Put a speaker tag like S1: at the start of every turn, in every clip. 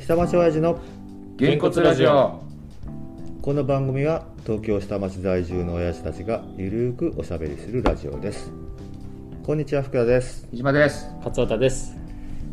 S1: 下町親父の
S2: げんこつラジオ
S1: この番組は東京下町在住の親父たちがゆるーくおしゃべりするラジオですこんにちは福田です
S2: 飯島です
S3: 勝田です。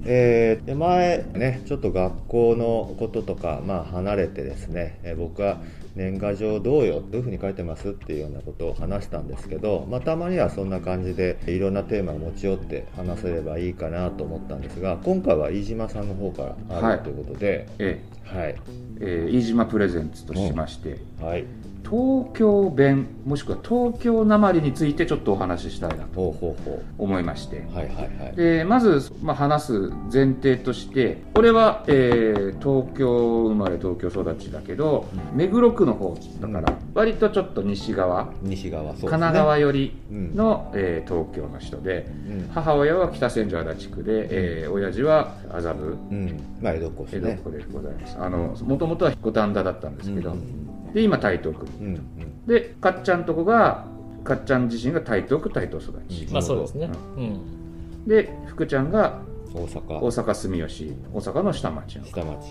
S1: えーで前ねちょっと学校のこととか、まあ、離れてですね、えー僕は年賀状どうよどういうふうに書いてますっていうようなことを話したんですけど、まあ、たまにはそんな感じでいろんなテーマを持ち寄って話せればいいかなと思ったんですが今回は飯島さんの方からあ
S2: は
S1: る
S2: い
S1: ということで
S2: え
S1: はい
S2: ええー飯島プレゼンツとしまして、
S1: はい
S2: 東京弁もしくは東京なまりについてちょっとお話ししたいなと
S1: ほうほうほ
S2: 思いまして
S1: うはいはいはい
S2: でまず、まあ、話す前提として俺は、えー東京生まれ東京育ちだけど、目黒区の方だから割とちょっと西側、
S1: 西側そうですね
S2: 神奈川寄り
S1: うん
S2: の、えー東京の人で
S1: うん
S2: 母親は北千住足立区で、えー親父は麻布
S1: うんまあ江戸っ子です
S2: 江戸っ
S1: ね
S2: 子でございますあのもともとは五反田だったんですけど、
S1: うん
S2: で今台東区
S1: うん
S2: でかっちゃんとこがかっちゃん自身が台東区台東育ち、
S1: うん
S3: まあそうですね。うん。
S2: で福ちゃんが
S1: うん大阪
S2: 大阪住吉大阪の下町の
S1: 下町
S2: はい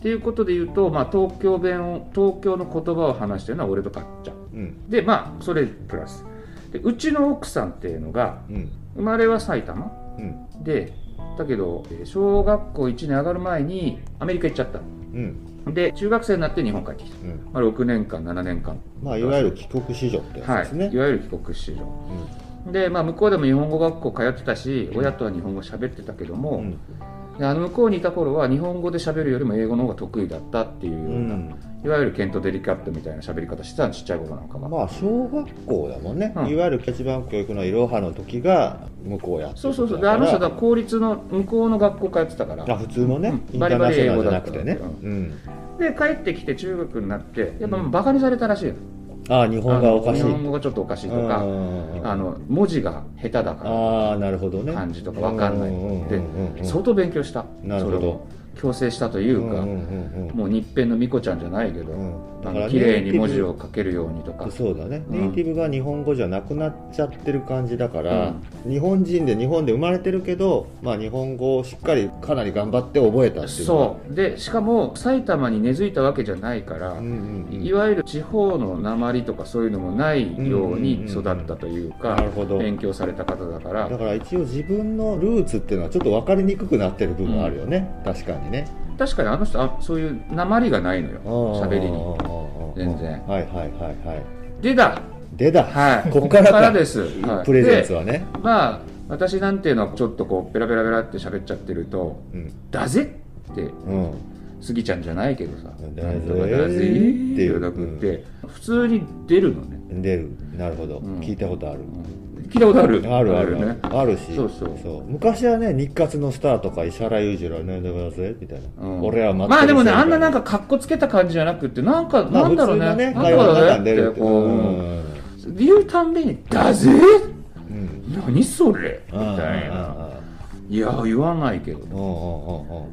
S2: っていうことで言うと、まあ、東京弁を東京の言葉を話してるのは俺とかっちゃん
S1: うん
S2: でまあそれプラスでうちの奥さんっていうのが
S1: うん
S2: 生まれは埼玉
S1: うん
S2: でだけどえー小学校1年上がる前にアメリカ行っちゃっ
S1: うん
S2: たで中学生になって日本帰ってきた、
S1: うん
S2: まあ、6年間7年間
S1: まあいわゆる帰国子女ってやつ
S2: は
S1: ですね、
S2: い、いわゆる帰国子女で、まあ、向こうでも日本語学校通ってたし親とは日本語喋ってたけども、
S1: うん
S2: であの向こうにいた頃は日本語で喋るよりも英語の方が得意だったっていうよ
S1: う、
S2: うんな、いわゆるケント・デリカットみたいな喋り方してたのちっちゃい頃なんかは、
S1: まあ小学校だもんね、
S2: うん
S1: いわゆる一番教育のいろはの時が向こうやって
S2: そうそうそうで
S1: だ
S2: あ
S1: か
S2: の人
S1: ら
S2: は公立の向こうの学校通ってたから
S1: あ普通のね、
S2: うん
S1: インターナショナルじゃなくてね、
S2: バリバリ英語だった
S1: うん、
S2: で帰ってきて中学になってやっぱバカにされたらしいの、
S1: ああ日本がおかしい
S2: あの日本語がちょっとおかしいとか、あの文字が下手だから
S1: ああーなるほどね
S2: 漢字とかわかんない
S1: うん
S2: で
S1: うんうんうん
S2: 相当勉強した
S1: なるほど
S2: それを強制したという
S1: うんう
S2: か、
S1: んうんうん
S2: もう日編のミコちゃんじゃないけど、
S1: うん
S2: あ
S1: だから
S2: の綺麗に文字を書けるようにとか
S1: そうだね、
S2: うん
S1: ネイティブが日本語じゃなくなっちゃってる感じだから
S2: う、
S1: 日本人で日本で生まれてるけど、まあ、日本語をしっかりかなり頑張って覚えたっていう
S2: そうでしかも埼玉に根付いたわけじゃないから、
S1: うんうんうん
S2: いわゆる地方の鉛とかそういうのもないように育ったというか、
S1: うんうんうんなるほど
S2: 勉強された方だから
S1: だから一応自分のルーツっていうのはちょっと分かりにくくなってる部分あるよね、確かにね
S2: 確かにあの人あそういう鉛がないのよ
S1: あー
S2: 喋りに全然
S1: はいはいはいはい
S2: でだ
S1: でだ、
S2: は い
S1: こっからか
S2: です、はい
S1: プレゼンツ
S2: で
S1: はね、
S2: まあ私なんていうのはちょっとこうペラペラペラって喋っちゃってると
S1: うん
S2: 「だぜ!」って
S1: うん
S2: スギちゃんじゃないけどさ
S1: だぜ
S2: なんとかだぜ!」って言わなくて、普通に出るのね、
S1: 出るなるほど、
S2: うん
S1: 聞いたことある、
S2: うん聞いたことある
S1: あるあるある,、
S2: ね
S1: あるし
S2: そうそう
S1: 昔はね日活のスターとか石原裕次郎は何でもやるぜみたいな、
S2: うん
S1: 俺は待って
S2: まあでもねあんななん
S1: か
S2: か格好つけた感じじゃなくてなんか
S1: まあ
S2: なんだろうね,、なん
S1: 会話の
S2: とか
S1: 中
S2: だ
S1: に
S2: ね
S1: 出
S2: っ
S1: る
S2: て
S1: て
S2: こう、言うたんびに「だぜ!」何それみたいな「いや言わないけど」
S1: うんうんうんうんうん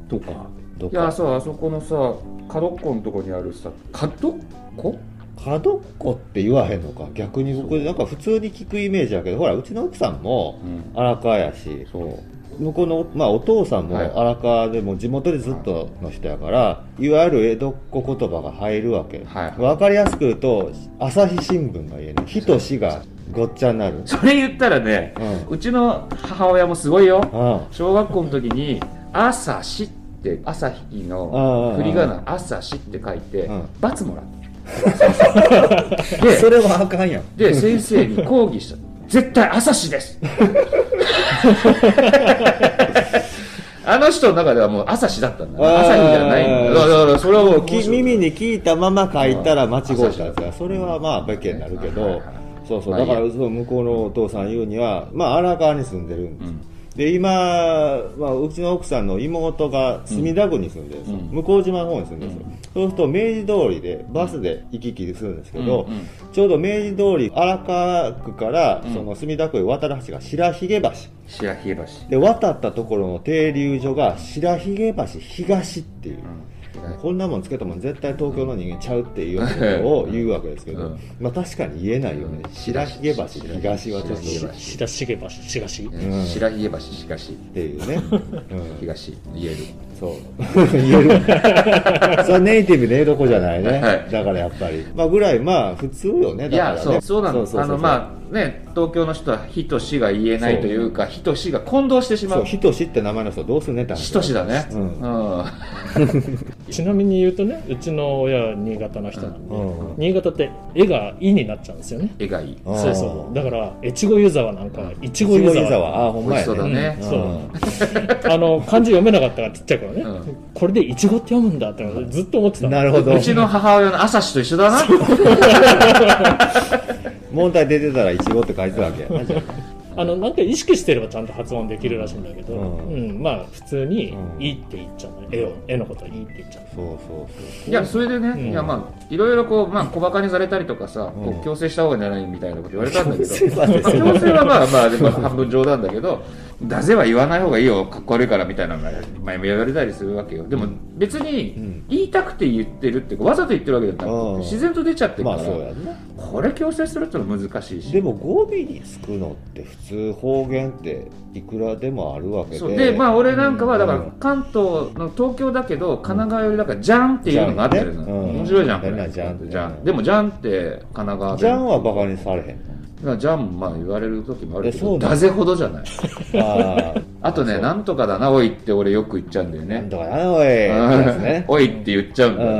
S2: とか
S1: ど
S2: いや
S1: か
S2: さあそこのさ角っこのとこにあるさ角っこ
S1: 角っこって言わへんのか逆に僕なんか普通に聞くイメージだけどほらうちの奥さんも
S2: うん
S1: 荒川やし
S2: そう
S1: 向こうの、まあ、お父さんも
S2: はい
S1: 荒川でもう地元でずっとの人やから、い、わゆる江戸っ子言葉が入るわけ、
S2: はい
S1: わかりやすく言うと朝日新聞が言えない「日と死」がごっちゃになる
S2: それ言ったらね
S1: うん
S2: うちの母親もすごいよ
S1: あ
S2: 小学校の時に「朝し」って朝日
S1: あああ
S2: の
S1: あ
S2: 振り仮名「朝し」って書いて
S1: うん
S2: 罰もらった
S1: あ
S2: で
S1: それはあかんやん
S2: で先生に抗議した絶対朝日ですあの人の中ではもう朝日だったんだね、朝日じゃないんだだからだからそれはもう
S1: き耳に聞いたまま書いたら間違うたやつ
S2: う
S1: だ
S2: ん
S1: それはまあ別件になるけ
S2: はいは
S1: ど
S2: いはい
S1: そうそう
S2: まあ
S1: だから
S2: いい
S1: その向こうのお父さん言うにはまあ荒川に住んでるんです、で今、まあ、うちの奥さんの妹が墨田区に住んでるんですよ、
S2: うん
S1: 向島の方に住んでるんですよ、そうすると明治通りでバスで行き来するんですけど、
S2: うんうん
S1: ちょうど明治通り荒川区から
S2: うん
S1: その墨田区へ渡る橋が白髭橋
S2: 白ひげ橋
S1: で渡ったところの停留所が白髭橋東っていう、
S2: う
S1: こんなもんつけたもん絶対東京の人間ちゃうっていうようなことを言うわけですけど、
S2: うん
S1: まあ確かに言えないよね、
S2: うん
S1: 白ひげ橋東はちょっと
S2: 白ひげ橋
S3: しだしげばしがし
S1: うん
S2: 白ひげ橋東
S1: っていうね、うん、
S2: 東言える
S1: そう言えるそれはネイティブねえどこじゃないね、
S2: はい
S1: だからやっぱりまあぐらいまあ普通よね
S2: い
S1: だから
S2: や、
S1: ね
S2: そう、そうなんです。
S1: そう
S2: あの、まあ、ね、東京の人は、ひとしが言えないというか、ひとしが混同してしま
S1: そう
S2: う。
S1: ひとしって名前の人どうすんねって話
S2: ひとしだね。
S1: う
S2: うんん。
S3: ちなみに言うとねうちの親は新潟の人なんで、
S1: うん
S3: 新潟って絵が「い」になっちゃうんですよね
S2: 絵がいい。
S1: あー
S3: そうそうだから越後湯沢なんかは
S1: ち
S3: 越
S1: ご
S3: 後
S1: 湯
S3: 湯
S1: 沢
S3: 沢
S1: ああほんまや
S2: 美味しそうだね
S3: うん
S1: うん
S3: そうあの漢字読めなかったからちっちゃい頃ね、
S2: うん
S3: これでイチゴって読むんだってのをずっと思ってたの
S1: なるほど
S2: うちの母親の朝日と一緒だな。
S1: 問題出てたらいちごって書いてたわけやなじゃあ
S3: あのなんか意識してればちゃんと発音できるらしいんだけど、
S1: う
S3: うんんまあ普通に
S1: う
S3: 「
S1: ん
S3: いい」って言っちゃうの絵を絵のこと「いい」って言っちゃう
S1: そうそうそう
S2: い
S1: い
S2: や、それで
S3: うん
S2: ね、いや、まあ、いろいろこう、まあ、小馬鹿にされたりとかさ、
S1: うん
S2: こう強制した方がいいんじゃないみたいなこと言われたんだけど。
S1: すいません
S2: まあ強制はまあまあ、でも半分冗談だけど、だぜは言わない方がいいよ、かっこ悪いからみたいなのが、まあ、言われたりするわけよ。でも、別
S1: うん
S2: に、言いたくて言ってるっていうか、わざと言ってるわけじゃな
S1: うん
S2: くて、自然と出ちゃってるか
S1: ま
S2: ら、
S1: あそうやんな
S2: これ強制するってのは難しいし。
S1: でも語尾につくのって普通方言っていくらでもあるわけで
S2: そうでまあ俺なんかはだから
S1: うん
S2: 関東の東京だけど神奈川よりだから「じゃん」っていうのがあったりするの
S1: じゃんねうん
S2: 面白いじゃんこ
S1: 変な
S2: れ
S1: じゃんって
S2: じゃんでも「じゃん」って神奈川で
S1: ジャンはバカにされへん
S2: だからじゃんまあ言われる時もあるけ
S1: えそう
S2: ど
S1: なの
S2: だぜほどじゃない
S1: のあー
S2: あとね
S1: そう
S2: なんとかだなおいって俺よく言っちゃうんだよ
S1: なん
S2: ね
S1: とかなおいですね
S2: おいって言っちゃうんだよ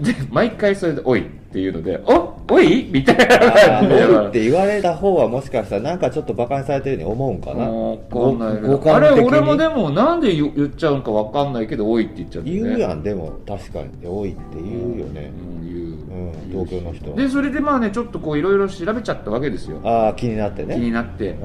S1: うん
S2: で毎回それで「おい」っていうので「おおい?」みたいな
S1: あ
S2: 感じで
S1: ーおいって言われた方はもしかしたらなんかちょっとバカにされてるように思うんかな
S2: もうわかんないけ
S1: ご
S2: どあ
S1: 互
S2: れ
S1: 換的に
S2: 俺もでもなんで言言っちゃうんかわかんないけど「おい」って言っちゃうんだよ
S1: 言
S2: ね
S1: うやんでも確かに多いって言うよね
S2: うん言う
S1: うん東京の人は
S2: でそれでまあねちょっとこういろいろ調べちゃったわけですよ、
S1: ああ気になって
S2: 気
S1: ね
S2: になって、
S1: うん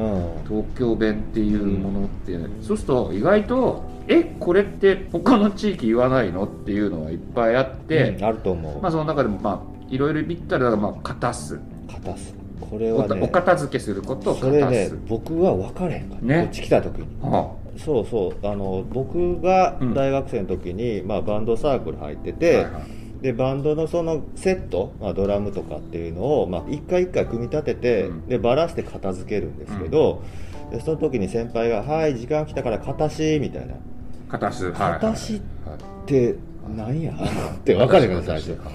S2: 東京弁っていうものって、そうすると意外とえこれって他の地域言わないのっていうのはいっぱいあって
S1: うん、あると思う
S2: まあその中でもまあいろいろ見たらだからまあ片す、
S1: 片すこれ
S2: お
S1: は
S2: たお
S1: ね
S2: 片付けすることを
S1: そ
S2: 片
S1: れね
S2: す、
S1: 僕は分かれへんから、
S2: ね
S1: こっち来た時に
S2: は
S1: そうそうあの僕が
S2: うん
S1: 大学生の時に、まあ、バンドサークル入って
S2: あ
S1: て、
S2: はいはい
S1: でバンドのそのセット、まあ、ドラムとかっていうのを、まあ、一回一回組み立てて、
S2: うん
S1: でバラして片付けるんですけど、でその時に先輩が「はい時間来たから片し」みたいな「
S2: 片すはいはい
S1: 片し」っ
S2: はい
S1: てなんや って分かるから最
S2: 片
S1: 初
S2: すはいはい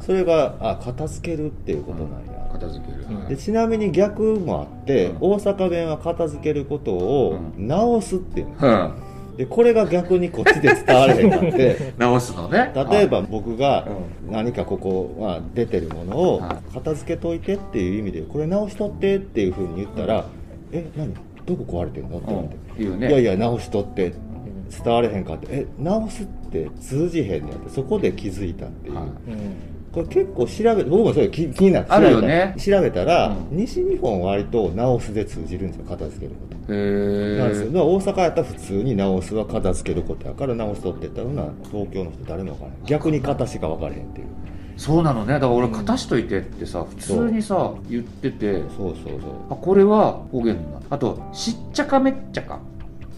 S1: それがあ片付けるっていうことなんや、
S2: 片付ける、
S3: うん
S1: でちなみに逆もあって、
S2: うん
S1: 大阪弁は片付けることを
S2: う
S1: 直すっていうの、
S2: うん
S1: でこれが逆にこっちで伝われへんかって
S2: 直すのね
S1: 例えば僕が
S2: う
S1: 何かここ、まあ、出てるものを
S2: は
S1: 片付けといてっていう意味でこれ直しとってっていうふうに言ったら「え何どこ壊れてんの?」って
S2: う
S1: 言われ
S2: ん
S1: て
S2: 言う
S1: 「
S2: ね
S1: いやいや直しとって
S3: ん
S1: 伝われへんか」って「え直すって通じへんねや」ってそこで気づいたっていう。
S2: はい
S3: うん
S1: これ結構調べ僕もそれ気気になって
S2: ある
S1: 調べ
S2: よ
S1: た
S2: ね
S1: 調べたら、
S2: う
S1: 西日本は割と直すで通じるんですよ片付けること、
S2: へ
S1: なんですよ
S2: ー
S1: だから大阪やったら普通に直すは片付けることやから直すとって言ったらな東京の人誰も分からへん逆に片しか分からへんっていう
S2: そうなのねだから俺「片しといて」ってさ普通にさ言ってて
S1: そうそうそう
S2: あこれは方言なのあと「しっちゃかめっちゃか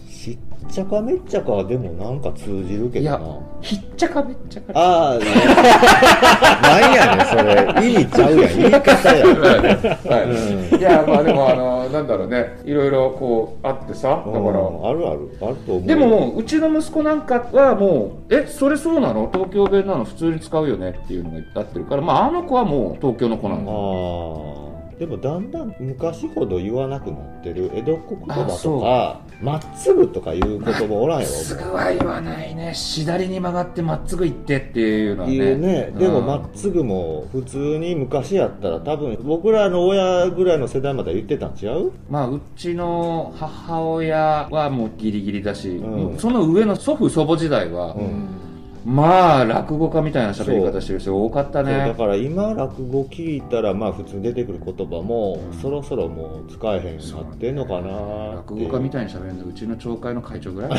S1: しっちゃかめっちゃかはでもなんか通じる」け
S2: い
S1: ど
S2: や
S1: な
S2: 「ひっちゃかめっちゃか」
S1: ああ、ね、 なんやねんそれ意味ちゃうやん言い方 やん、うん、
S2: はいいやまあでもあのなんだろうねいろいろこうあってさだか
S1: あるあるあると思う
S2: でもうちの息子なんかはもう「えそれそうなの東京弁なの普通に使うよね」っていうのがなってるからまああの子はもう東京の子なんだ
S1: ああでもだんだん昔ほど言わなくなってる江戸っ子言葉
S2: あ
S1: とかまっすぐとかいう言葉おらんよ
S2: すぐは言わないね左に曲がってまっすぐ行ってっていうのはね
S1: 言うね、でも
S2: うん
S1: まっすぐも普通に昔やったら多分僕らの親ぐらいの世代まで言ってたん違う
S2: まあうちの母親はもうギリギリだし、
S1: ん
S2: もうその上の祖父祖母時代は、
S1: うん
S2: まあ落語家みたいな喋り方してる人多かった
S1: そうだ
S2: ね
S1: から今落語聞いたらまあ普通に出てくる言葉も
S2: うん
S1: そろそろもう使えへんようになってんのかなーって
S2: 落語家みたいに喋るのうちの町会の会長ぐらいか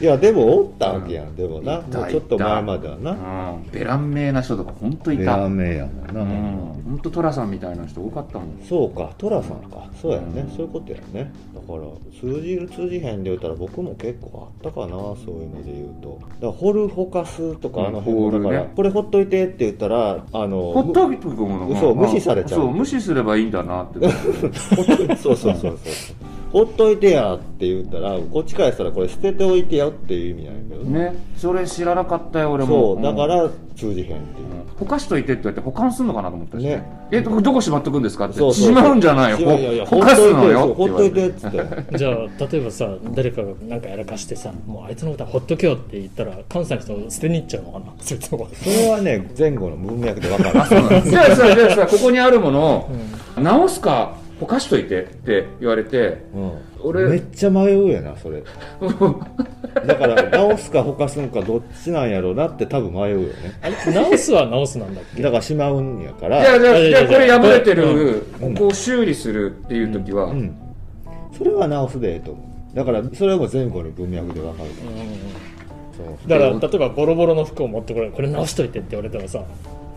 S1: いやでもおったわけやん、でもない
S2: た
S1: もうちょっと
S2: いた
S1: 前まではな
S2: うんベラン名な人とか本当い
S1: レ
S2: た
S1: ア
S2: うん
S1: 名やもんな、
S2: 本当寅さんみたいな人多かったもん
S1: そうか寅さんかそうやね、
S2: うん
S1: そういうことやねだから通じる通じへんで言うたら僕も結構あったかなそういうので言うとだからホルホカスとかあの辺も
S2: うんホー
S1: だ
S2: ル
S1: か
S2: ね
S1: ら、これほっといてって言ったらあの
S2: ほっといてくもの
S1: そう無視されちゃう
S2: そう無視すればいいんだなって
S1: そうそうそうそうほっといてやって言ったらこっちからしたらこれ捨てておいてよっていう意味なんやけど
S2: ねそれ知らなかったよ俺も
S1: そうだか
S2: ん
S1: ら通じへんっていう
S2: ほかしといてって言って保管するのかなと思ったしね
S1: ね
S2: えどどこしまっとくんですかって
S1: そうそう
S2: しまうんじゃないよ
S1: いやいやいや
S2: ほほかすのよ
S1: ほっといてっ
S2: っ
S1: て言って
S3: じゃあ例えばさ誰かがなんかやらかしてさもうあいつのことはほっとけよって言ったら関西の人捨てに行っちゃうのかなそいつも
S1: それはね前後の文脈で分かる
S2: て言われてじゃあさじゃあさここにあるものを
S3: うん
S2: 直すかほかしといてって言われて
S1: うん
S2: 俺
S1: めっちゃ迷うやなそ れだから直すかほかすんかどっちなんやろうなって多分迷うよね
S3: あれ直すは直すなんだっけ
S1: だからしまうんやか
S2: じゃあ
S1: ら
S2: じゃあ
S3: いやい
S2: じゃ
S3: や
S2: あ
S3: いや
S2: これ破れてる
S1: う
S2: こ
S1: ん
S2: こを修理するっていう時は、
S1: うんそれは直すでええと思うだからそれはもう前後の文脈で分かる
S3: うんうんうん
S1: そう
S3: だから例えばボロボロの服を持ってこれこれ直しといてって言われたらさ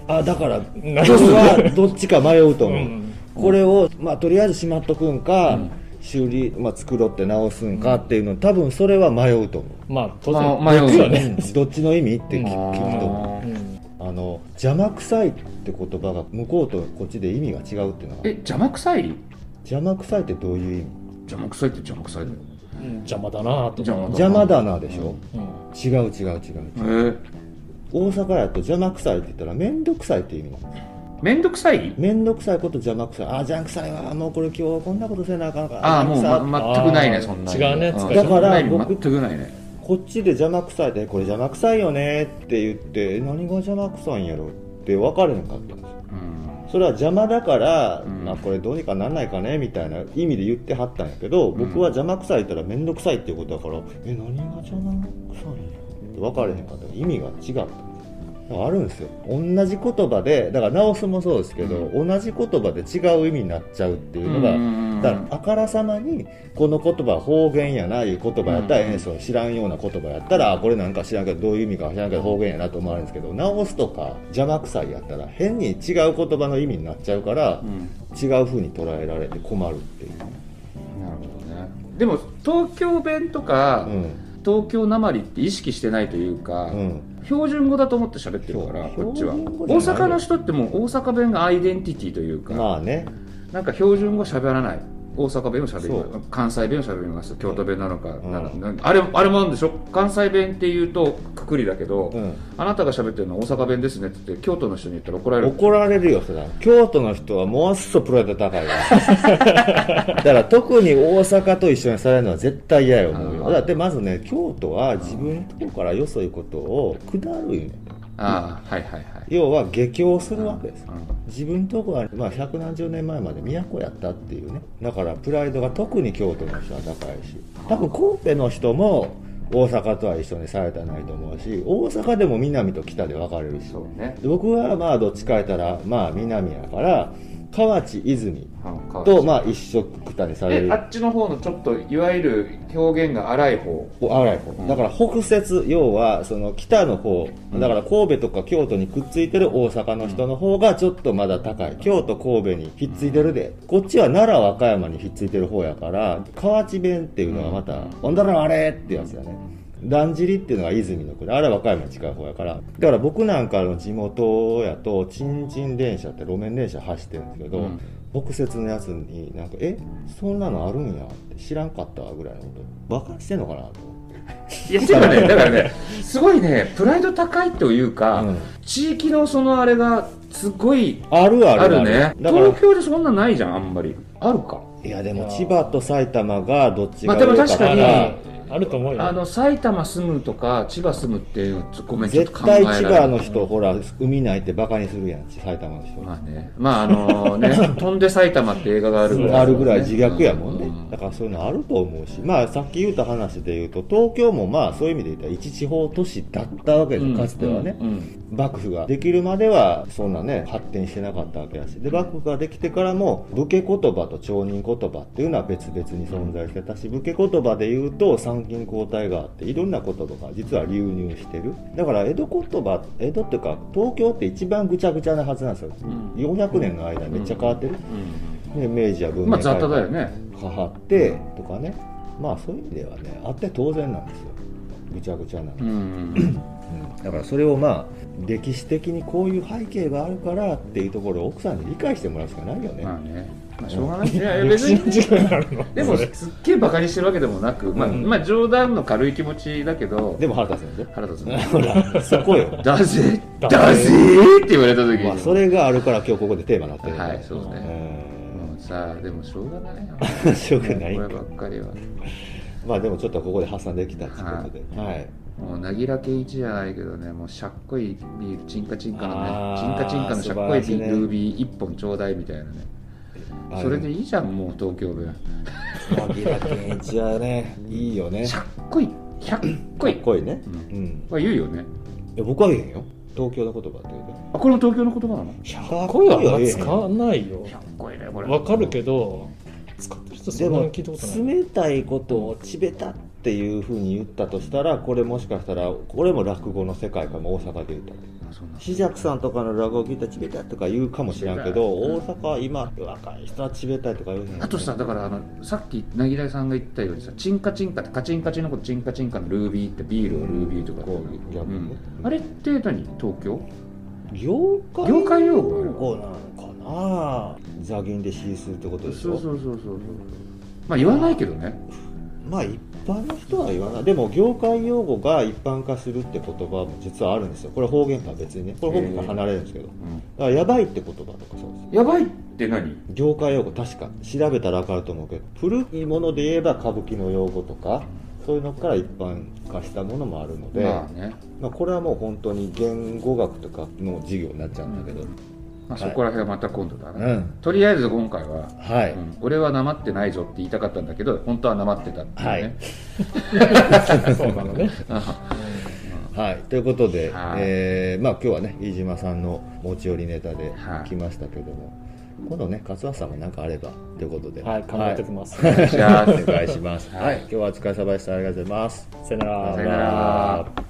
S1: あだから
S3: 直
S1: 僕はどっちか迷うと思う、
S3: うん
S1: これを、まあ、とりあえずしまっとくんか、
S2: ん
S1: 修理、まあ、作ろって直すんかっていうの多分それは迷うと思
S3: まあ当
S2: まあ
S3: 然ですよ
S1: う、
S2: 迷
S3: ね、
S1: どっちの意味って聞,、
S3: うん
S1: 聞くと思
S2: あー
S1: うあの邪魔くさいって言葉が向こうとこっちで意味が違うっていうのは
S2: え邪魔くさい
S1: 邪魔くさいってどういう意味
S2: 邪魔くさいって邪魔くさいだよ
S3: うん邪魔だなと
S2: 邪魔
S1: 邪魔だなでしょ、
S3: うん
S1: 違う違う違う
S2: えー、
S1: 大阪やと邪魔くさいって言ったら面倒くさいって意味なの
S2: めんどくさい
S1: 面倒くさいこと邪魔くさいあージャンくさいわもうこれ今日こんなことせなあかんから
S2: ああもう、
S1: 邪魔くさい
S2: ま、全くないねそんなに
S3: 違うね
S2: ん
S3: 使
S1: い方だから
S2: 全くない
S1: 僕
S2: 全くないね
S1: こっちで邪魔くさいでこれ邪魔くさいよねって言ってえ何が邪魔くさいんやろって分かれへんかったんですよ
S2: うん
S1: それは邪魔だから、
S2: うん
S1: あこれどうにかなんないかねみたいな意味で言ってはったんやけど
S2: ん
S1: 僕は邪魔くさいったら面倒くさいっていうことだから、え何が邪魔くさいんやろって分かれへんかった意味が違っただからあるんですよ同じ言葉でだから直すもそうですけど、同じ言葉で違う意味になっちゃうっていうのが、
S2: うん
S1: だからあからさまにこの言葉は方言やないう言葉やったらええねんそう知らんような言葉やったらあこれなんか知らんけどどういう意味か知らんけど方言やなと思われるんですけど直すとか邪魔くさいやったら変に違う言葉の意味になっちゃうから
S2: うん
S1: 違う風に捉えられて困るっていう、
S2: なるほどねでも東京弁とか、
S1: うん
S2: 東京なまりって意識してないというか、
S1: うん、
S2: 標準語だと思って喋ってるから
S1: そう
S2: こっちは大
S1: 標準語じゃない
S2: 阪の人ってもう大阪弁がアイデンティティというか、
S1: まあね
S2: なんか標準語喋らない大阪弁を喋
S1: そ
S2: る関西弁を喋ります京都弁なのか、
S1: うん
S2: ななあれあれもあるんでしょ関西弁っていうとくくりだけど、
S1: うん
S2: あなたが喋ってるのは大阪弁ですねって言って京都の人に言ったら怒られる
S1: 怒られるよそれは京都の人はものすごいプライド高いから だから特に大阪と一緒にされるのは絶対嫌や思う
S2: あ
S1: よ
S2: ー
S1: だってまずね京都は自分のとこからよそいことを下るんよ
S2: ああはいはいはい
S1: 要は下教するわけです
S2: うん
S1: 自分のとこはまあ百何十年前まで都やったっていうねだからプライドが特に京都の人は高いし多分神戸の人も大阪とは一緒にされたらないと思うし大阪でも南と北で分かれるし
S2: そうね、
S1: で僕はまあどっちか言ったらまあ南やから河内泉
S2: うんかわいい
S1: とまあ一緒くたにされ
S2: え
S1: る
S2: あっちの方のちょっといわゆる表現が荒い方
S1: あらい方だから北節要はその北の方だから神戸とか京都にくっついてる大阪の人の方がちょっとまだ高い京都神戸にひっついてるでこっちは奈良和歌山にひっついてる方やから河内弁っていうのはまた「ほんだらあれ!」ってやつだねだんじりっていうのが泉の国あれは和歌山に近い方やからだから僕なんかの地元やとちんちん電車って路面電車走ってるんですけど、
S2: うん
S1: 北節のやつになんか「えそんなのあるんや」って知らんかったわぐらいのことバカにしてんのかなと思って。
S2: いや、てかね、 だから ね、すごいね、プライド高いというか、
S1: うん
S2: 地域のそのあれが、すごい
S1: あるある
S2: あるね。
S1: だから
S2: 東京でそんなないじゃん、あんまり。あるか。
S1: いやでも千葉と埼玉がどっちが
S2: まあでも
S1: 上か
S2: 確
S1: か
S2: かに
S1: ら
S3: あると思うよ
S2: あの、埼玉住むとか、千葉住むっていうの、ちょごめん、ちょっと
S1: 絶
S2: 考えら
S1: 対
S2: れ
S1: 千
S2: ない
S1: 葉の人ほら海ないってバカにするやん埼玉の人
S2: まあね、まああのね、飛んで埼玉って映画があるぐらい、
S1: あるぐらい自虐やもんね
S2: う
S1: だからそういうのあると思うし、まあ、さっき言った話で言うと東京もまあそういう意味で言ったら一地方都市だったわけですかつてはね、
S2: うんうん
S1: 幕府ができるまではそんなね発展してなかったわけだしで幕府ができてからも武家言葉と町人言葉っていうのは別々に存在してたし武家言葉で言うと参勤交代があっていろんな言葉が実は流入してるだから江戸言葉江戸っていうか東京って一番ぐちゃぐちゃなはずなんですよ
S2: うん
S1: 400年の間めっちゃ変わってる、ね、明治は
S2: う
S1: 文
S2: んま
S1: 明
S2: あ雑多だよね
S1: かはってとかねまあそういう意味ではねあって当然なんですよぐちゃぐちゃなの
S2: うんうん
S1: うんだからそれをまあ歴史的にこういう背景があるからっていうところを奥さんに理解してもらうしかないよね、
S2: まあねまあしょうがないいやいや
S3: 歴
S2: 別
S3: 史の
S2: に
S3: 時間があるの
S2: でも
S3: それ
S2: すっげえバカにしてるわけでもなくまあ
S3: うん
S2: まあ冗談の軽い気持ちだけど
S1: でも原田先生
S2: 腹立つ ね
S1: ほらそこよ、
S2: だぜ
S3: だぜ
S2: だぜーって言われた時
S1: まあ、
S2: に
S1: それがあるから今日ここでテーマになってるんだ
S2: はいそうですねもうさあでもしょうがないよ
S1: うん しょうがない
S2: こ
S1: か
S2: ればっかりは
S1: まあでもちょっとここで発散できたってことではい
S2: もうなぎらけ一じゃないけどねもうしゃっこいビールチンカチンカの
S1: あ
S2: ねチン
S1: ー
S2: カチンカのしゃっこいビールビー一本ちょうだいみたいなね
S1: あ
S2: それでいいじゃんもう東京弁
S1: 柳楽健一はねいいよね
S2: しゃ
S1: か
S2: っこい100こい
S1: っこいいね
S2: う
S1: うんん
S2: これ言うよね
S1: いや僕は言えへんよ東京の言葉って言う
S2: あこれも東京の言葉なの
S3: 100個は使わないよ
S2: 100こいねこれ
S3: わかるけど使ってる
S1: で
S3: 人そんな
S1: も
S3: に聞いたことない
S1: 冷たいことをちべたっていうふうに言ったとしたらこれもしかしたらこれも落語の世界かも大阪で言ったら
S2: あそうなんだ
S1: 紫尺さんとかの落語を聞いたらちべたとか言うかもしれんけど大阪今若い人はちべたいとか言うへんよね
S2: あとさだからあのさっきなぎらさんが言ったようにさチンカチンカってカチンカチンのことチンカチンカのルービーってビールをルービーとかって
S1: こうギャ
S2: う
S1: グね
S2: んあれって何東京
S1: 業界
S2: 業界用語
S1: なのかな座銀でシースーってことでし
S2: そ
S1: ょ
S2: うそうそうそうそうまあ言わないけどね
S1: まあ一般の人は言わないでも業界用語が一般化するって言葉も実はあるんですよこれ方言とは別にねこれ方言から離れるんですけどだからやばいって言葉とかそうです
S2: やばいって何
S1: 業界用語確か調べたら分かると思うけど古いもので言えば歌舞伎の用語とかそういうのから一般化したものもあるので、
S2: ま
S1: ま
S2: あね、
S1: あ、これはもう本当に言語学とかの授業になっちゃうんだけど
S2: まあ、そこら辺はまた今度だ
S1: う
S2: な、
S1: ん
S2: とりあえず今回は、
S1: はい、
S2: うん俺はなまってないぞって言いたかったんだけど本当はなまってたっていうね、
S1: はい
S3: そうなのね
S1: はい、ということで、
S2: はい
S1: えーまあ、今日はね飯島さんの持ち寄りネタで
S2: はい
S1: 来ましたけども、今度ね勝俣さんも何かあればということでは
S3: はい考えておきます
S2: じゃあ
S1: お願いします、
S2: は
S1: は
S2: い
S1: い、今日はお疲れ様でしたありがとうございます
S3: さよなら
S2: さよなら